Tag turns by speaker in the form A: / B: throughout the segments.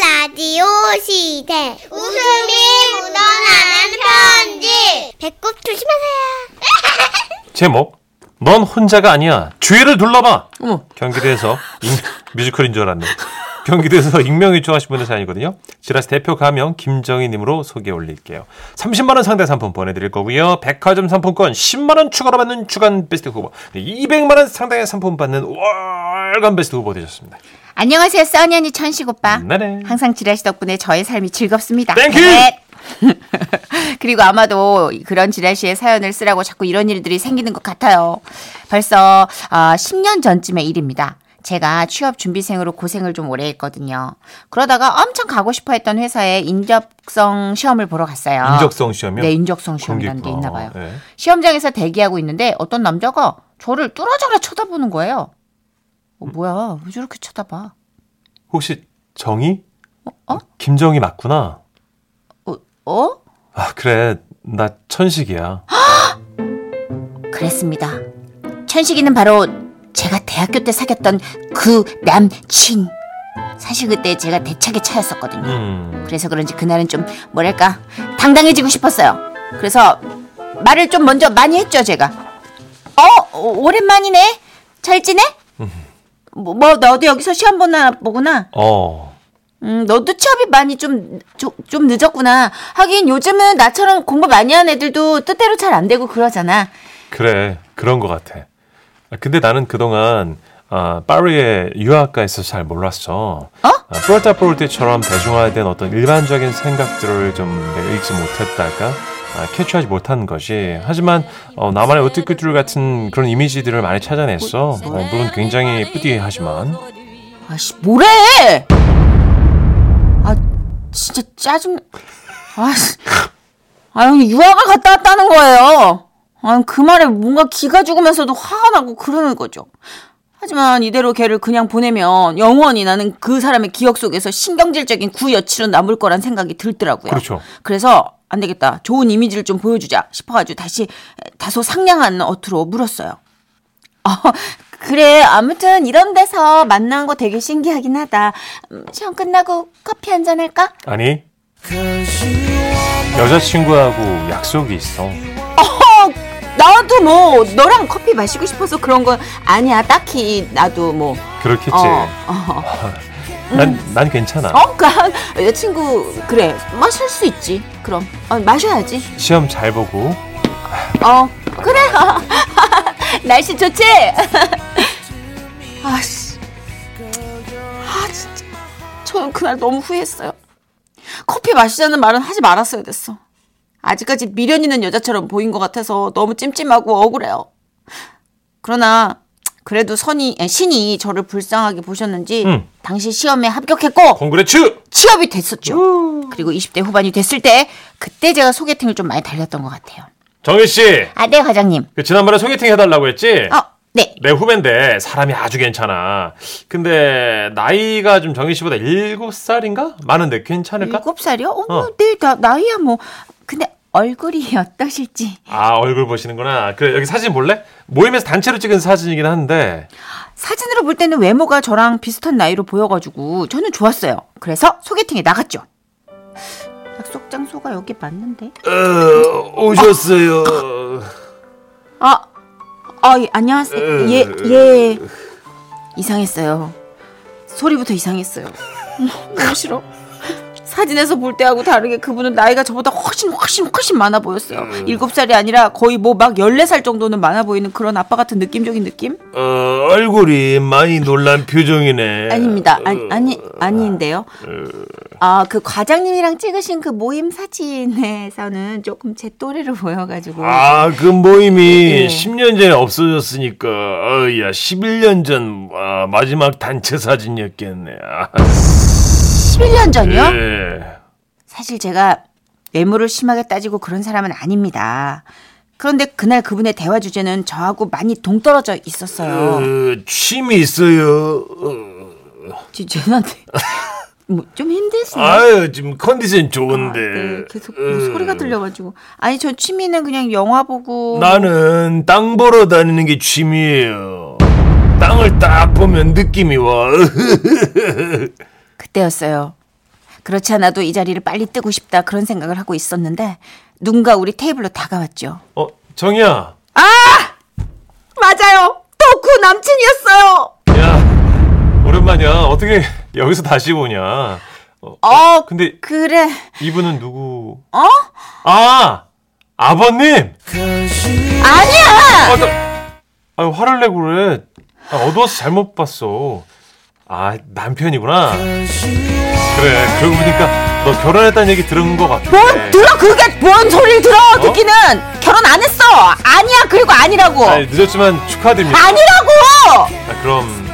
A: 라디오 시대 웃음이 묻어나는 편지 배꼽 조심하세요
B: 제목 넌 혼자가 아니야 주위를 둘러봐
C: 어머.
B: 경기도에서 익- 뮤지컬인 줄 알았네 경기도에서 익명 요청하신 분의 사연이거든요 지라스 대표 가명 김정희님으로 소개 올릴게요 30만원 상당 상품 보내드릴 거고요 백화점 상품권 10만원 추가로 받는 주간 베스트 후보 네, 200만원 상당의 상품 받는 월간 베스트 후보 되셨습니다
C: 안녕하세요, 써니 언니 천식 오빠.
B: 네네
C: 항상 지라시 덕분에 저의 삶이 즐겁습니다.
B: 땡큐!
C: 네. 그리고 아마도 그런 지라시의 사연을 쓰라고 자꾸 이런 일들이 생기는 것 같아요. 벌써 아, 10년 전쯤의 일입니다. 제가 취업 준비생으로 고생을 좀 오래 했거든요. 그러다가 엄청 가고 싶어 했던 회사에 인접성 시험을 보러 갔어요.
B: 인적성 시험이요?
C: 네, 인적성 시험이라는 게
B: 그런 게
C: 있나
B: 있구나.
C: 봐요.
B: 네.
C: 시험장에서 대기하고 있는데 어떤 남자가 저를 뚫어져라 쳐다보는 거예요. 어, 뭐야, 왜 저렇게 쳐다봐?
B: 혹시 정희?
C: 어?
B: 김정희 맞구나
C: 어? 어?
B: 아 그래 나 천식이야
C: 그랬습니다. 천식이는 바로 제가 대학교 때 사귀었던 그 남친. 사실 그때 제가 대차게 차였었거든요.
B: 음
C: 그래서 그런지 그날은 좀 뭐랄까 당당해지고 싶었어요. 그래서 말을 좀 먼저 많이 했죠 제가. 어 오- 오랜만이네. 잘 지내? 뭐, 뭐 너도 여기서 시험 보나 보구나.
B: 어.
C: 음 너도 취업이 많이 좀 좀 늦었구나. 하긴 요즘은 나처럼 공부 많이 한 애들도 뜻대로 잘 안 되고 그러잖아.
B: 그래 그런 것 같아. 아, 근데 나는 그동안 아, 파리의 유학가에서 잘 몰랐어.
C: 어?
B: 아, 프로타 프로티처럼 대중화된 어떤 일반적인 생각들을 좀 내가 읽지 못했달까? 아, 캐치하지 못한 것이 하지만 어, 나만의 오뜨끄뚜루 같은 그런 이미지들을 많이 찾아냈어 어, 물론 굉장히 뿌디하지만
C: 아씨 뭐래? 아 진짜 짜증. 아씨. 아 형이 유학을 갔다 왔다는 거예요. 아그 말에 뭔가 기가 죽으면서도 화가 나고 그러는 거죠. 하지만 이대로 걔를 그냥 보내면 영원히 나는 그 사람의 기억 속에서 신경질적인 구여치로 남을 거란 생각이 들더라고요.
B: 그렇죠.
C: 그래서 안 되겠다. 좋은 이미지를 좀 보여주자 싶어가지고 다시 다소 상냥한 어투로 물었어요. 어, 그래. 아무튼 이런 데서 만난 거 되게 신기하긴 하다. 음, 시험 끝나고 커피 한 잔 할까?
B: 아니 여자친구하고 약속이 있어.
C: 나도 뭐 너랑 커피 마시고 싶어서 그런 건 아니야. 딱히 나도 뭐
B: 그렇겠지.
C: 어, 어,
B: 난, 난 괜찮아.
C: 어, 그니까 여자친구 그래 마실 수 있지. 그럼 어, 마셔야지.
B: 시험 잘 보고
C: 어 그래. 날씨 좋지. 아씨, 아 진짜 저는 그날 너무 후회했어요. 커피 마시자는 말은 하지 말았어야 됐어. 아직까지 미련 있는 여자처럼 보인 것 같아서 너무 찜찜하고 억울해요. 그러나 그래도 선이 아니, 신이 저를 불쌍하게 보셨는지
B: 응.
C: 당시 시험에 합격했고
B: 콩그레츠.
C: 취업이 됐었죠. 그리고 20대 후반이 됐을 때 그때 제가 소개팅을 좀 많이 달렸던 것 같아요.
B: 정희 씨.
C: 아, 네, 과장님.
B: 그 지난번에 소개팅 해달라고 했지?
C: 어, 네.
B: 내 후배인데 사람이 아주 괜찮아. 근데 나이가 좀 정희 씨보다 일곱 살인가 많은데 괜찮을까?
C: 일곱 살이요? 어, 머
B: 어.
C: 네, 나, 나이야 뭐. 근데 얼굴이 어떠실지.
B: 아 얼굴 보시는구나. 그래 여기 사진 볼래? 모임에서 단체로 찍은 사진이긴 한데
C: 사진으로 볼 때는 외모가 저랑 비슷한 나이로 보여가지고 저는 좋았어요. 그래서 소개팅에 나갔죠. 약속 장소가 여기 맞는데?
B: 어, 오셨어요.
C: 아, 아, 예, 안녕하세요. 예, 예. 이상했어요. 소리부터 이상했어요. 너무 싫어. 사진에서 볼 때하고 다르게 그분은 나이가 저보다 훨씬 훨씬 훨씬 많아 보였어요. 일곱 살이 아니라 거의 뭐 막 열네 살 정도는 많아 보이는 그런 아빠 같은 느낌적인 느낌?
B: 어, 얼굴이 많이 놀란
C: 예.
B: 표정이네.
C: 아닙니다. 아니, 아니 아닌데요. 아 그 과장님이랑 찍으신 그 모임 사진에서는 조금 제 또래로 보여가지고.
B: 아그 모임이
C: 예.
B: 10년 전에 없어졌으니까 어야 11년 전 아, 마지막 단체 사진이었겠네. 아,
C: 11년 전이요?
B: 예.
C: 사실 제가 외모를 심하게 따지고 그런 사람은 아닙니다. 그런데 그날 그분의 대화 주제는 저하고 많이 동떨어져 있었어요.
B: 어, 취미 있어요.
C: 지- 죄송한데 뭐 좀 힘드세요?
B: 아유 지금 컨디션
C: 아,
B: 좋은데. 음.
C: 네, 계속 뭐 소리가 들려가지고 아니 저 취미는 그냥 영화 보고
B: 나는 땅 보러 다니는 게 취미예요. 땅을 딱 보면 느낌이 와.
C: 그때였어요. 그렇지 않아도 이 자리를 빨리 뜨고 싶다 그런 생각을 하고 있었는데 누군가 우리 테이블로 다가왔죠.
B: 어, 정이야.
C: 맞아요. 덕후 남친이었어요.
B: 야, 오랜만이야. 어떻게 여기서 다시 보냐. 어,
C: 어,
B: 근데
C: 그래.
B: 이분은 누구?
C: 어?
B: 아, 아버님.
C: 아니야.
B: 아, 나, 아유, 화를 내고 그래. 아, 어두워서 잘못 봤어. 아, 남편이구나. 그래, 그러고 보니까 너 결혼했다는 얘기 들은 것 같아.
C: 뭔 들어 그게 뭔 소리를 네. 들어 듣기는 결혼 안 했어. 아니야 그리고 아니라고.
B: 아니, 늦었지만 축하드립니다.
C: 아니라고.
B: 아, 그럼.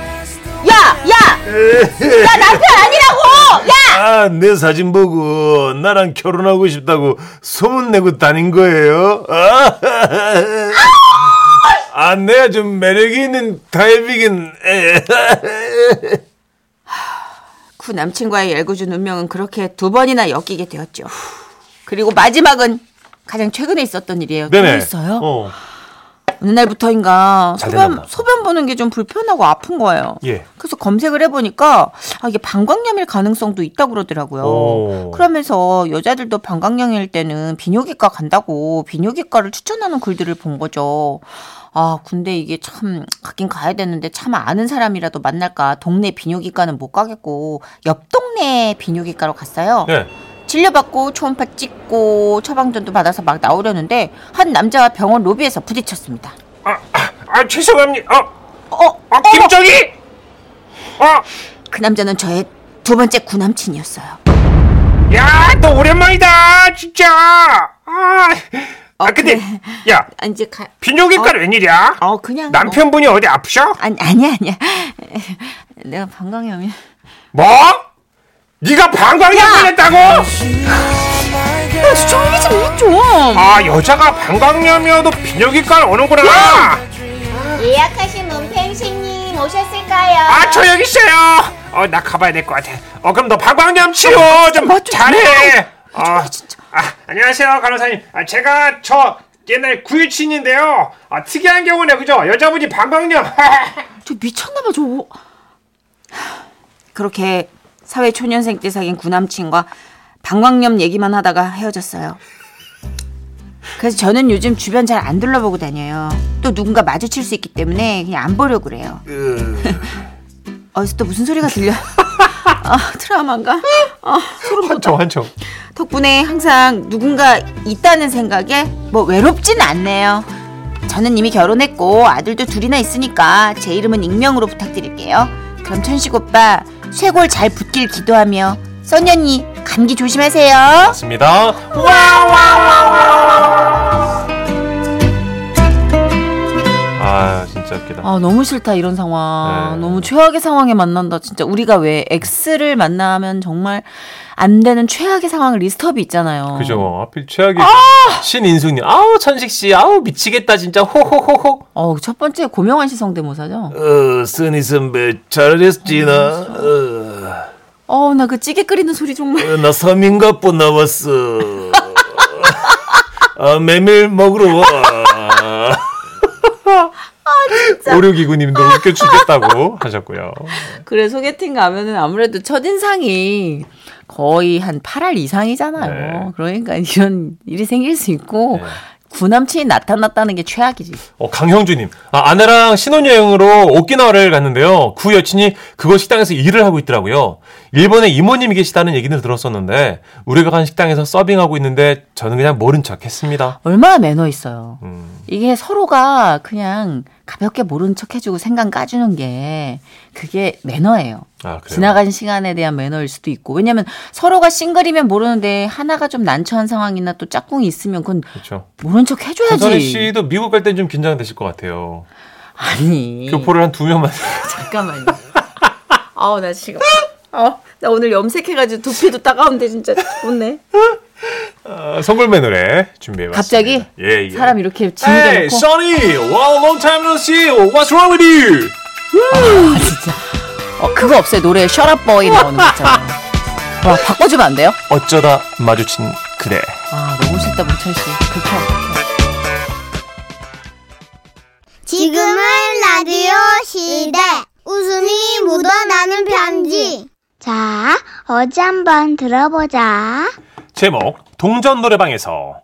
C: 야, 야. 야 남편 아니라고. 야.
B: 아, 내 사진 보고 나랑 결혼하고 싶다고 소문내고 다닌 거예요? 아, 아 내가 좀 매력이 있는 타입이긴 해.
C: 구그 남친과의 열구준 운명은 그렇게 두 번이나 엮이게 되었죠. 그리고 마지막은 가장 최근에 있었던 일이에요. 또뭐 있어요.
B: 어,
C: 어느 날부터인가
B: 잘
C: 소변
B: 되나 봐.
C: 소변 보는 게 좀 불편하고 아픈 거예요.
B: 예.
C: 그래서 검색을 해보니까 아, 이게 방광염일 가능성도 있다고 그러더라고요.
B: 오.
C: 그러면서 여자들도 방광염일 때는 비뇨기과 간다고 비뇨기과를 추천하는 글들을 본 거죠. 아 근데 이게 참 가긴 가야 되는데 참 아는 사람이라도 만날까 동네 비뇨기과는 못 가겠고 옆 동네 비뇨기과로 갔어요.
B: 네.
C: 진료받고 초음파 찍고 처방전도 받아서 막 나오려는데 한 남자와 병원 로비에서 부딪혔습니다.
B: 아, 죄송합니다. 어,
C: 어,
B: 아, 김정희! 어,
C: 그 남자는 저의 두 번째 구남친이었어요.
B: 야, 너 오랜만이다, 진짜. 아, 아 근데, 야,
C: 아, 이제 가.
B: 비뇨기과는 웬일이야?
C: 어 그냥 뭐-
B: 남편분이 어디 아프셔?
C: 아니 아니야 아니야. 내가 방광염이.
B: 뭐? 네가 방광염을 했다고?
C: 야뭐 조용히 좀 해줘.
B: 아 여자가 방광염이어도 비뇨기과 오는구나.
A: 예약하신 문팽식님 오셨을까요?
B: 아 저 여기 있어요. 어 나 가봐야 될 것 같아. 어 그럼 너 방광염 치료 어, 뭐, 좀
C: 맞죠.
B: 잘해. 어,
C: 진짜.
B: 아 안녕하세요 간호사님. 아 제가 저 옛날 구유친인데요. 아 특이한 경우네 그죠? 여자분이 방광염.
C: 저 미쳤나봐 저. 그렇게 사회 초년생 때 사귄 구남친과 방광염 얘기만 하다가 헤어졌어요. 그래서 저는 요즘 주변 잘 안 둘러보고 다녀요. 또 누군가 마주칠 수 있기 때문에 그냥 안 보려 고 그래요.
B: 예.
C: 어디서 또 무슨 소리가 들려? 아 트라우마인가? 아 소름 돋아.
B: 한청.
C: 덕분에 항상 누군가 있다는 생각에 뭐 외롭진 않네요. 저는 이미 결혼했고 아들도 둘이나 있으니까 제 이름은 익명으로 부탁드릴게요. 그럼 천식 오빠 쇄골 잘 붙길 기도하며 써년이 감기 조심하세요.
B: 맞습니다. 아 진짜 웃기다.
C: 아 너무 싫다 이런 상황
B: 네.
C: 너무 최악의 상황에 만난다 진짜 우리가 왜 X를 만나면 정말 안 되는 최악의 상황 리스트업이 있잖아요.
B: 그죠. 하필 최악이 신인숙님. 아우 천식 씨, 아우 미치겠다 진짜. 호호호호.
C: 어첫 번째 고명환 씨 성대모사죠.
D: 어, 써니 선배 잘했지나? 어,
C: 어 나 그 찌개 끓이는 소리 정말.
B: 어,
D: 나 서민갑보 나왔어. 아, 메밀 먹으러 와.
B: 오류기구님도 웃겨 죽겠다고 하셨고요.
C: 그래 소개팅 가면은 아무래도 첫인상이 거의 한 8월 이상이잖아요.
B: 네.
C: 그러니까 이런 일이 생길 수 있고
B: 네.
C: 구남친이 나타났다는 게 최악이지.
B: 어, 강형주님. 아, 아내랑 신혼여행으로 오키나와를 갔는데요. 구 여친이 그곳 식당에서 일을 하고 있더라고요. 일본에 이모님이 계시다는 얘기를 들었었는데 우리가 간 식당에서 서빙하고 있는데 저는 그냥 모른 척했습니다.
C: 얼마나 매너 있어요.
B: 음,
C: 이게 서로가 그냥 가볍게 모른 척 해주고 생각 까주는 게 그게 매너예요.
B: 아, 그래요?
C: 지나간 시간에 대한 매너일 수도 있고 왜냐면 서로가 싱글이면 모르는데 하나가 좀 난처한 상황이나 또 짝꿍이 있으면 그건
B: 그렇죠.
C: 모른 척 해줘야지.
B: 선선희 씨도 미국 갈 땐 좀 긴장되실 것 같아요.
C: 아니.
B: 교포를 한 두 명만.
C: 잠깐만요. 아우 나 지금 어, 나 오늘 염색해가지고 두피도 따가운데 진짜 좋네.
B: 아, 성골매 노래 준비해봤습니다.
C: 갑자기
B: 예, 예.
C: 사람 이렇게
B: Hey,
C: 지르게 놓고
B: Sonny! Wow, long time no see! What's wrong with you?
C: 아, 어, 그거 없어요 노래 Shut Up Boy 나오는 거 있잖아요. 와 바꿔주면 안 돼요?
B: 어쩌다 마주친 그대.
C: 아 너무 싫다 문철 씨. 그렇죠.
A: 지금은 라디오 시대. 웃음이 묻어나는 편지. 자,
E: 어디 한번 들어보자.
B: 제목 동전 노래방에서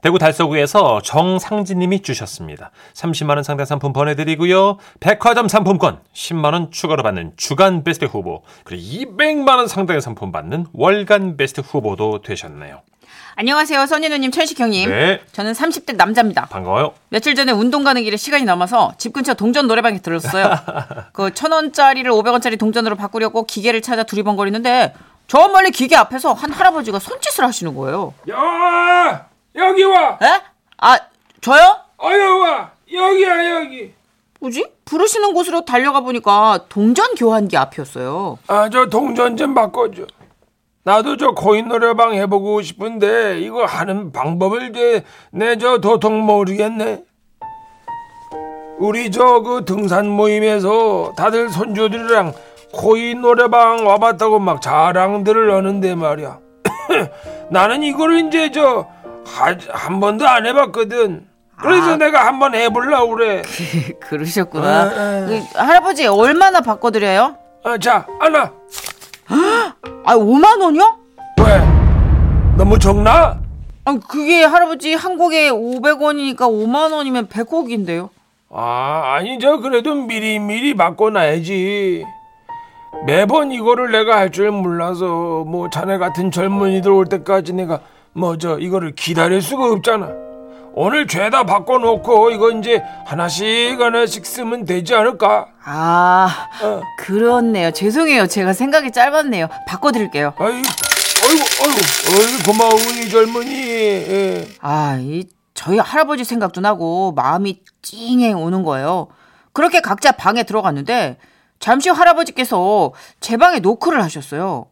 B: 대구 달서구에서 정상진님이 주셨습니다. 30만 원 상당 상품 보내드리고요. 백화점 상품권 10만 원 추가로 받는 주간 베스트 후보 그리고 200만 원 상당의 상품 받는 월간 베스트 후보도 되셨네요.
C: 안녕하세요, 선희 누님, 천식 형님.
B: 네.
C: 저는 30대 남자입니다.
B: 반가워요.
C: 며칠 전에 운동 가는 길에 시간이 남아서 집 근처 동전 노래방에 들렀어요. 그 천 원짜리를 오백 원짜리 동전으로 바꾸려고 기계를 찾아 두리번거리는데 저 멀리 기계 앞에서 한 할아버지가 손짓을 하시는 거예요.
F: 야 여기 와
C: 에? 아 저요?
F: 어여 와 여기야 여기
C: 뭐지? 부르시는 곳으로 달려가 보니까 동전 교환기 앞이었어요.
F: 아 저 동전 좀 바꿔줘 나도 저 코인 노래방 해보고 싶은데 이거 하는 방법을 내저 도통 모르겠네 우리 저 그 등산 모임에서 다들 손주들이랑 코인 노래방 와봤다고 막 자랑들을 하는데 말이야 나는 이거를 이제 저 한 번도 안 해봤거든 그래서 내가 한 번 해보려고 그래
C: 그러셨구나. 그, 할아버지 얼마나 바꿔드려요?
F: 아, 자, 하나.
C: 아 5만 원이요?
F: 왜? 너무 적나?
C: 아 그게 할아버지 한 곡에 500원이니까 5만 원이면 100곡인데요.
F: 아, 아니, 저 그래도 미리미리 바꿔놔야지. 매번 이거를 내가 할 줄 몰라서, 뭐, 자네 같은 젊은이들 올 때까지 내가, 뭐, 저, 이거를 기다릴 수가 없잖아. 오늘 죄다 바꿔놓고, 이거 이제 하나씩 하나씩 쓰면 되지 않을까?
C: 아
F: 어.
C: 그렇네요. 죄송해요. 제가 생각이 짧았네요. 바꿔드릴게요.
F: 아이, 어이구, 어이구, 어이구, 고마워, 이 젊은이. 예.
C: 아, 이 저희 할아버지 생각도 나고 마음이 찡행 오는 거예요. 그렇게 각자 방에 들어갔는데 잠시 후 할아버지께서 제 방에 노크를 하셨어요.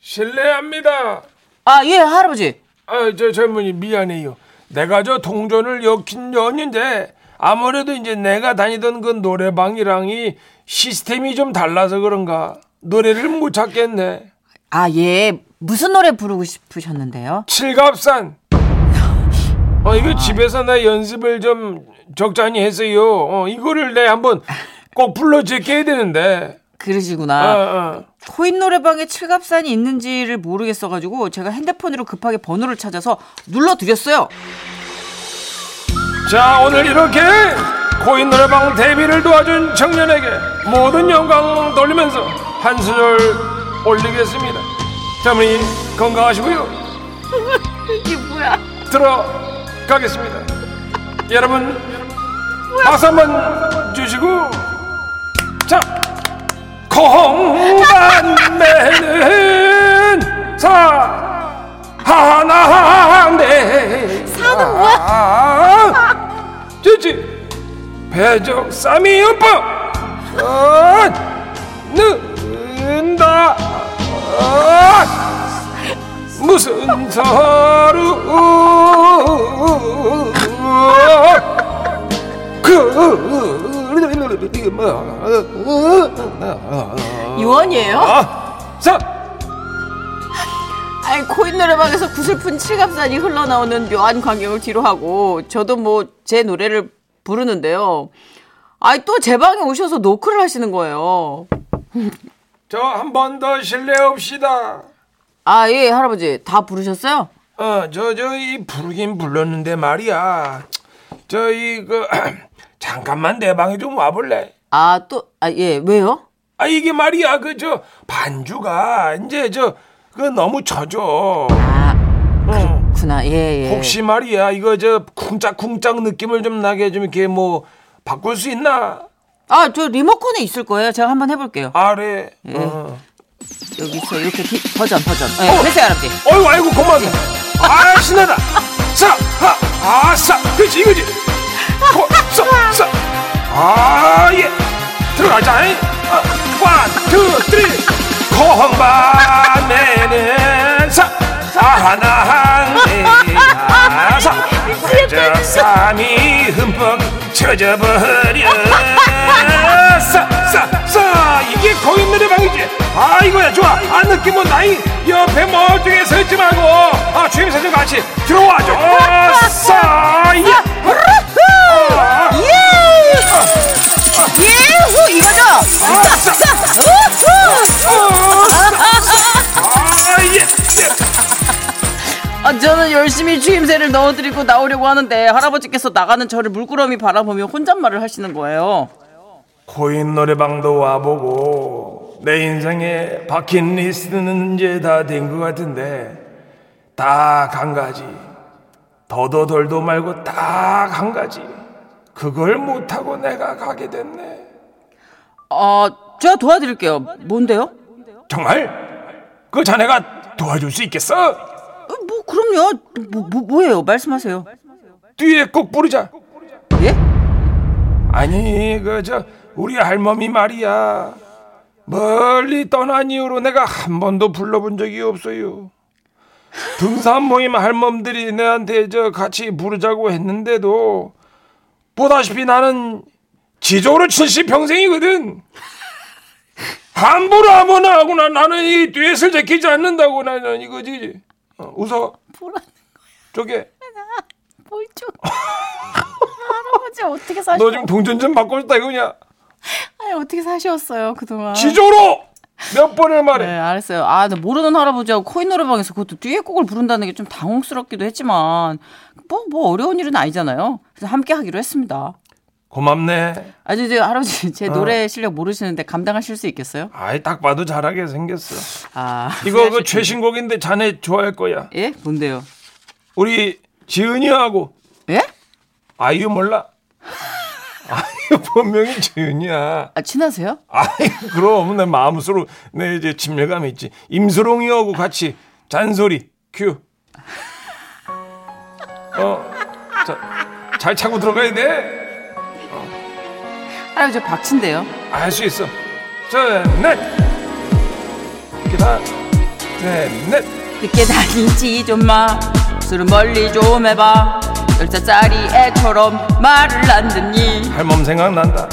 F: 실례합니다.
C: 아, 예, 할아버지.
F: 아, 저 젊은이 미안해요. 내가 저 동전을 엮인 년인데 아무래도 이제 내가 다니던 그 노래방이랑이 시스템이 좀 달라서 그런가 노래를 못 찾겠네.
C: 아, 예. 무슨 노래 부르고 싶으셨는데요?
F: 칠갑산. 어 이거 집에서 나 연습을 좀 적잖이 했어요. 어 이거를 내 한번 꼭 불러 제껴야 되는데. 아,
C: 그러시구나.
F: 아.
C: 코인 노래방에 칠갑산이 있는지를 모르겠어가지고 제가 핸드폰으로 급하게 번호를 찾아서 눌러드렸어요.
F: 자 오늘 이렇게 코인 노래방 데뷔를 도와준 청년에게 모든 영광 돌리면서 한 수절 올리겠습니다. 자문이 건강하시고요. 이게 뭐야? 들어가겠습니다. 여러분 박수 한번 주시고 자 공간매는 사 하나한데 사는 뭐야? 주지 배적 쌈이 오빠 어, 는다 어, 무슨 서루 그 뭐야
C: 요원이에요?
F: 자
C: 아니 코인 노래방에서 구슬픈 칠갑산이 흘러나오는 묘한 광경을 뒤로하고 저도 뭐 제 노래를 부르는데요. 아니 또 제 방에 오셔서 노크를 하시는 거예요.
F: 저 한 번 더 실례 없시다.
C: 아 예 할아버지 다 부르셨어요?
F: 어, 저, 저, 이, 부르긴 불렀는데 말이야. 저, 이, 그, 잠깐만 내 방에 좀 와볼래?
C: 아 또 아 예 왜요?
F: 아, 이게 말이야, 그, 저, 반주가, 이제, 저, 그, 너무 쳐져. 어,
C: 구나 예예.
F: 혹시 말이야, 이거, 저, 쿵짝쿵짝 느낌을 좀 나게 좀 이렇게 뭐, 바꿀 수 있나?
C: 아 저 리모컨에 있을 거예요. 제가 한번 해볼게요.
F: 아래. 어.
C: 여기서 이렇게 기- 버전 버전. 예, 됐어요 할아버지.
F: 어이구, 아이고, 고마워. 아, 신나다. 사, 하, 아, 사. 그지, 그지. 고, 사, 사. 아, 예. 들어가자. 잉. 어, 원, 투, 쓰리. 공반에는 사, 사, 하나, 한, 대, 사. 회적 삼이 흠뻑 쳐져버려. 싸, 싸, 싸. 이게 거인 노래방이지. 아, 이거야, 좋아. 아, 느낌 온다. 이 옆에 멀쩡히 서 있지 말고. 아, 주임사님 같이 들어와줘. 어, 싸, 예. 아,
C: 예! 어, 예후 이거죠.
F: 아, 싸.
C: 우후.
F: 어. 아, 싸.
C: 아, 열심히 추임새를 넣어드리고 나오려고 하는데 할아버지께서 나가는 저를 물끄러미 바라보며 혼잣말을 하시는 거예요.
F: 코인 노래방도 와보고 내 인생에 버킷리스트는 이제 다 된 것 같은데 다 간 가지 더더덜도 말고 다 간 가지 그걸 못하고 내가 가게 됐네
C: 아, 제가 도와드릴게요. 뭔데요?
F: 정말? 그 자네가 도와줄 수 있겠어?
C: 어, 뭐 그럼요. 뭐, 뭐 뭐예요? 말씀하세요.
F: 뒤에 꼭 부르자
C: 예?
F: 아니 그 저 우리 할머니 말이야 멀리 떠난 이후로 내가 한 번도 불러본 적이 없어요 등산 모임 할멈들이 내한테 저 같이 부르자고 했는데도 보다시피 나는 지조로 70평생이거든 함부로 아무나 하고나 나는 이 뒤에서 제키지 않는다고 나는 이거지 어, 웃어
C: 뭐라는
F: 저게
C: 뭘 좀. 할아버지 어떻게 사셨?
F: 너 지금 동전 좀 바꿔 줬다 이거냐
C: 아니 어떻게 사셨어요 그동안?
F: 지조로 몇 번을 말해
C: 네, 알았어요. 아, 근데 모르는 할아버지하고 코인 노래방에서 그것도 듀엣곡을 부른다는 게 좀 당혹스럽기도 했지만 뭐, 뭐 어려운 일은 아니잖아요. 그래서 함께 하기로 했습니다.
F: 고맙네.
C: 아니, 이제 할아버지 제
F: 어.
C: 노래 실력 모르시는데 감당하실 수 있겠어요?
F: 아이 딱 봐도 잘하게 생겼어.
C: 아,
F: 이거 그 최신곡인데 자네 좋아할 거야.
C: 예? 뭔데요?
F: 우리 지은이하고
C: 예?
F: 아이유 몰라? 아이유 본명이 지은이야.
C: 아, 친하세요?
F: 아이 그럼 내 마음속으로 내 이제 친밀감 있지. 임수롱이하고 같이 잔소리 큐. 어, 자, 잘 차고 들어가야 돼.
C: 할아버지 박친데요.
F: 알 수 있어. 자, 넷. 기다. 네, 넷.
C: 늦게 다니지 좀 마. 술은 멀리 좀 해봐. 열자짜리 애처럼 말을 안 듣니?
F: 할멈 생각난다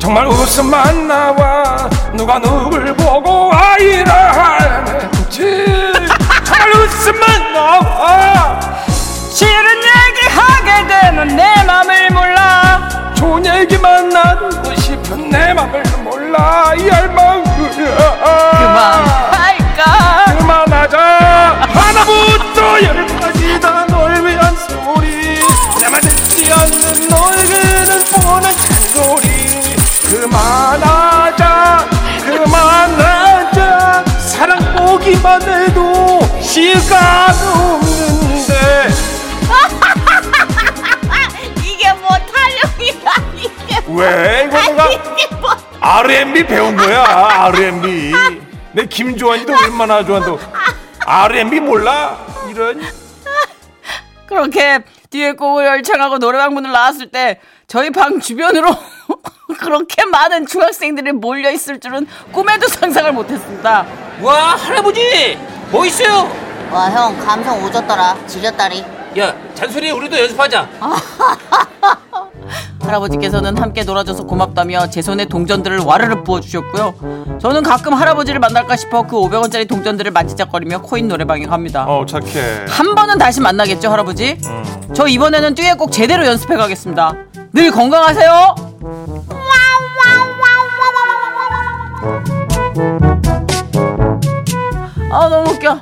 F: 정말 웃음만 나와 누가 누굴 보고 아이라 하는지 정말 웃음만 나와
C: 싫은 얘기 하게 되는 내 맘을 몰라.
F: 좋은 얘기만 나누고 싶은 내 맘을 몰라 이 할망 그만
C: 그만할까?
F: 그만하자 하나부터 열까지 다 널 위한 소리 내말 듣지 않는 너에게는 뻔한 잔소리 그만하자 그만하자 사랑 보기만 해도 시간 없는데
A: 이게 뭐 탄력이야 이게
F: 왜 이거 내가
A: 이게 뭐
F: R&B 배운 거야 R&B 내 김조한이도 얼마나 좋아한다고 R&B 몰라 이런
C: 그렇게 뒤에 곡을 열창하고 노래방 문을 나왔을 때 저희 방 주변으로 그렇게 많은 중학생들이 몰려 있을 줄은 꿈에도 상상을 못했습니다.
G: 와 할아버지 뭐 있어요?
H: 와 형 감성 오졌더라 지렸다리
G: 야 잔소리 우리도 연습하자
C: 할아버지께서는 함께 놀아줘서 고맙다며 제 손에 동전들을 와르르 부어주셨고요. 저는 가끔 할아버지를 만날까 싶어 그 500원짜리 동전들을 만지작거리며 코인 노래방에 갑니다.
B: 어 착해.
C: 한 번은 다시 만나겠죠, 할아버지? 저 이번에는 듀엣 곡 제대로 연습해 가겠습니다. 늘 건강하세요. 아 너무 웃겨.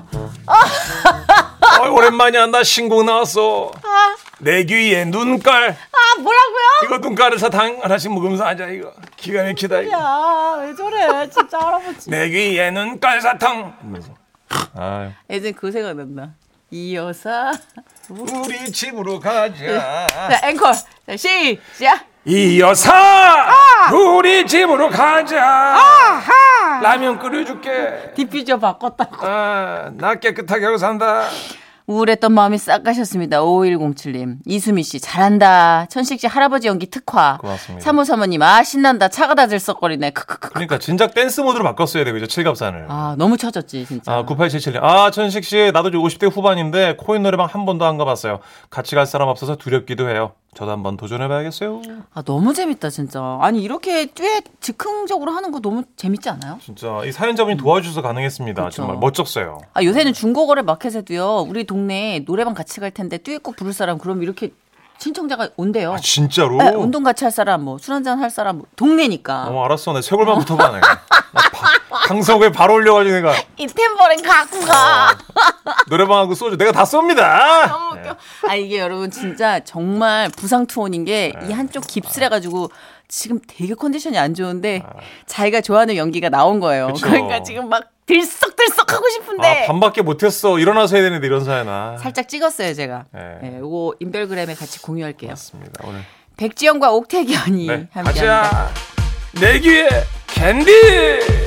F: 어이, 오랜만이야 나 신곡 나왔어 내 귀에 눈깔
C: 아 뭐라고요?
F: 이거 눈깔을 사탕 하나씩 먹으면서 하자 이거 기가 막히다 이거
C: 아, 야왜 저래 진짜 할아버지.
F: 내 귀에 눈깔 사탕
B: 아유.
C: 예전 그 생각 난다. 이 여사.
F: 우리 집으로 가자
C: 자 앵콜. 자 시작.
F: 이 여사 우리 집으로 가자 라면 끓여줄게
C: 디퓨저 바꿨다고.
F: 아, 나 깨끗하게 하고 산다
C: 우울했던 마음이 싹 가셨습니다. 5107님. 이수미 씨, 잘한다. 천식 씨, 할아버지 연기 특화.
B: 고맙습니다.
C: 사모사모님, 아, 신난다. 차가 다 들썩거리네. 크크크.
B: 그러니까 진작 댄스 모드로 바꿨어야 되고 이제 칠갑산을.
C: 아, 너무 쳐졌지, 진짜.
B: 아, 9877님. 아, 천식 씨, 나도 이제 50대 후반인데 코인 노래방 한 번도 안 가봤어요. 같이 갈 사람 없어서 두렵기도 해요. 저도 한번 도전해봐야겠어요.
C: 아, 너무 재밌다, 진짜. 아니, 이렇게 듀엣 즉흥적으로 하는 거 너무 재밌지 않아요?
B: 진짜 이 사연자분이 도와주셔서 가능했습니다.
C: 음. 그쵸.
B: 정말 멋졌어요.
C: 아, 요새는 중고거래 마켓에도요, 우리 동네에 노래방 같이 갈 텐데 듀엣곡 부를 사람, 그럼 이렇게 신청자가 온대요.
B: 아, 진짜로?
C: 네, 운동 같이 할 사람, 뭐, 술 한잔 할 사람, 뭐, 동네니까.
B: 어, 알았어. 내 쇄골만 붙어봐. 내가. 나 바, 방송국에 바로 올려가지고 내가
A: 이 탬버린 갖고 가.
B: 노래방하고 소주 내가 다 쏩니다.
C: 너무 웃겨. 아 이게 여러분 진짜 정말 부상 투혼인 게
B: 네.
C: 이 한쪽 깁스래 가지고 지금 되게 컨디션이 안 좋은데 자기가 좋아하는 연기가 나온 거예요.
B: 아. 그쵸.
C: 그러니까 지금 막 들썩들썩 하고 싶은데
B: 아 반밖에 못했어. 일어나서 해야 되는데 이런 사연아.
C: 살짝 찍었어요 제가.
B: 네.
C: 예, 이거 인별그램에 같이 공유할게요.
B: 맞습니다. 오늘
C: 백지영과 옥태견이
B: 네,
C: 함께합니다.
F: 내 귀에 캔디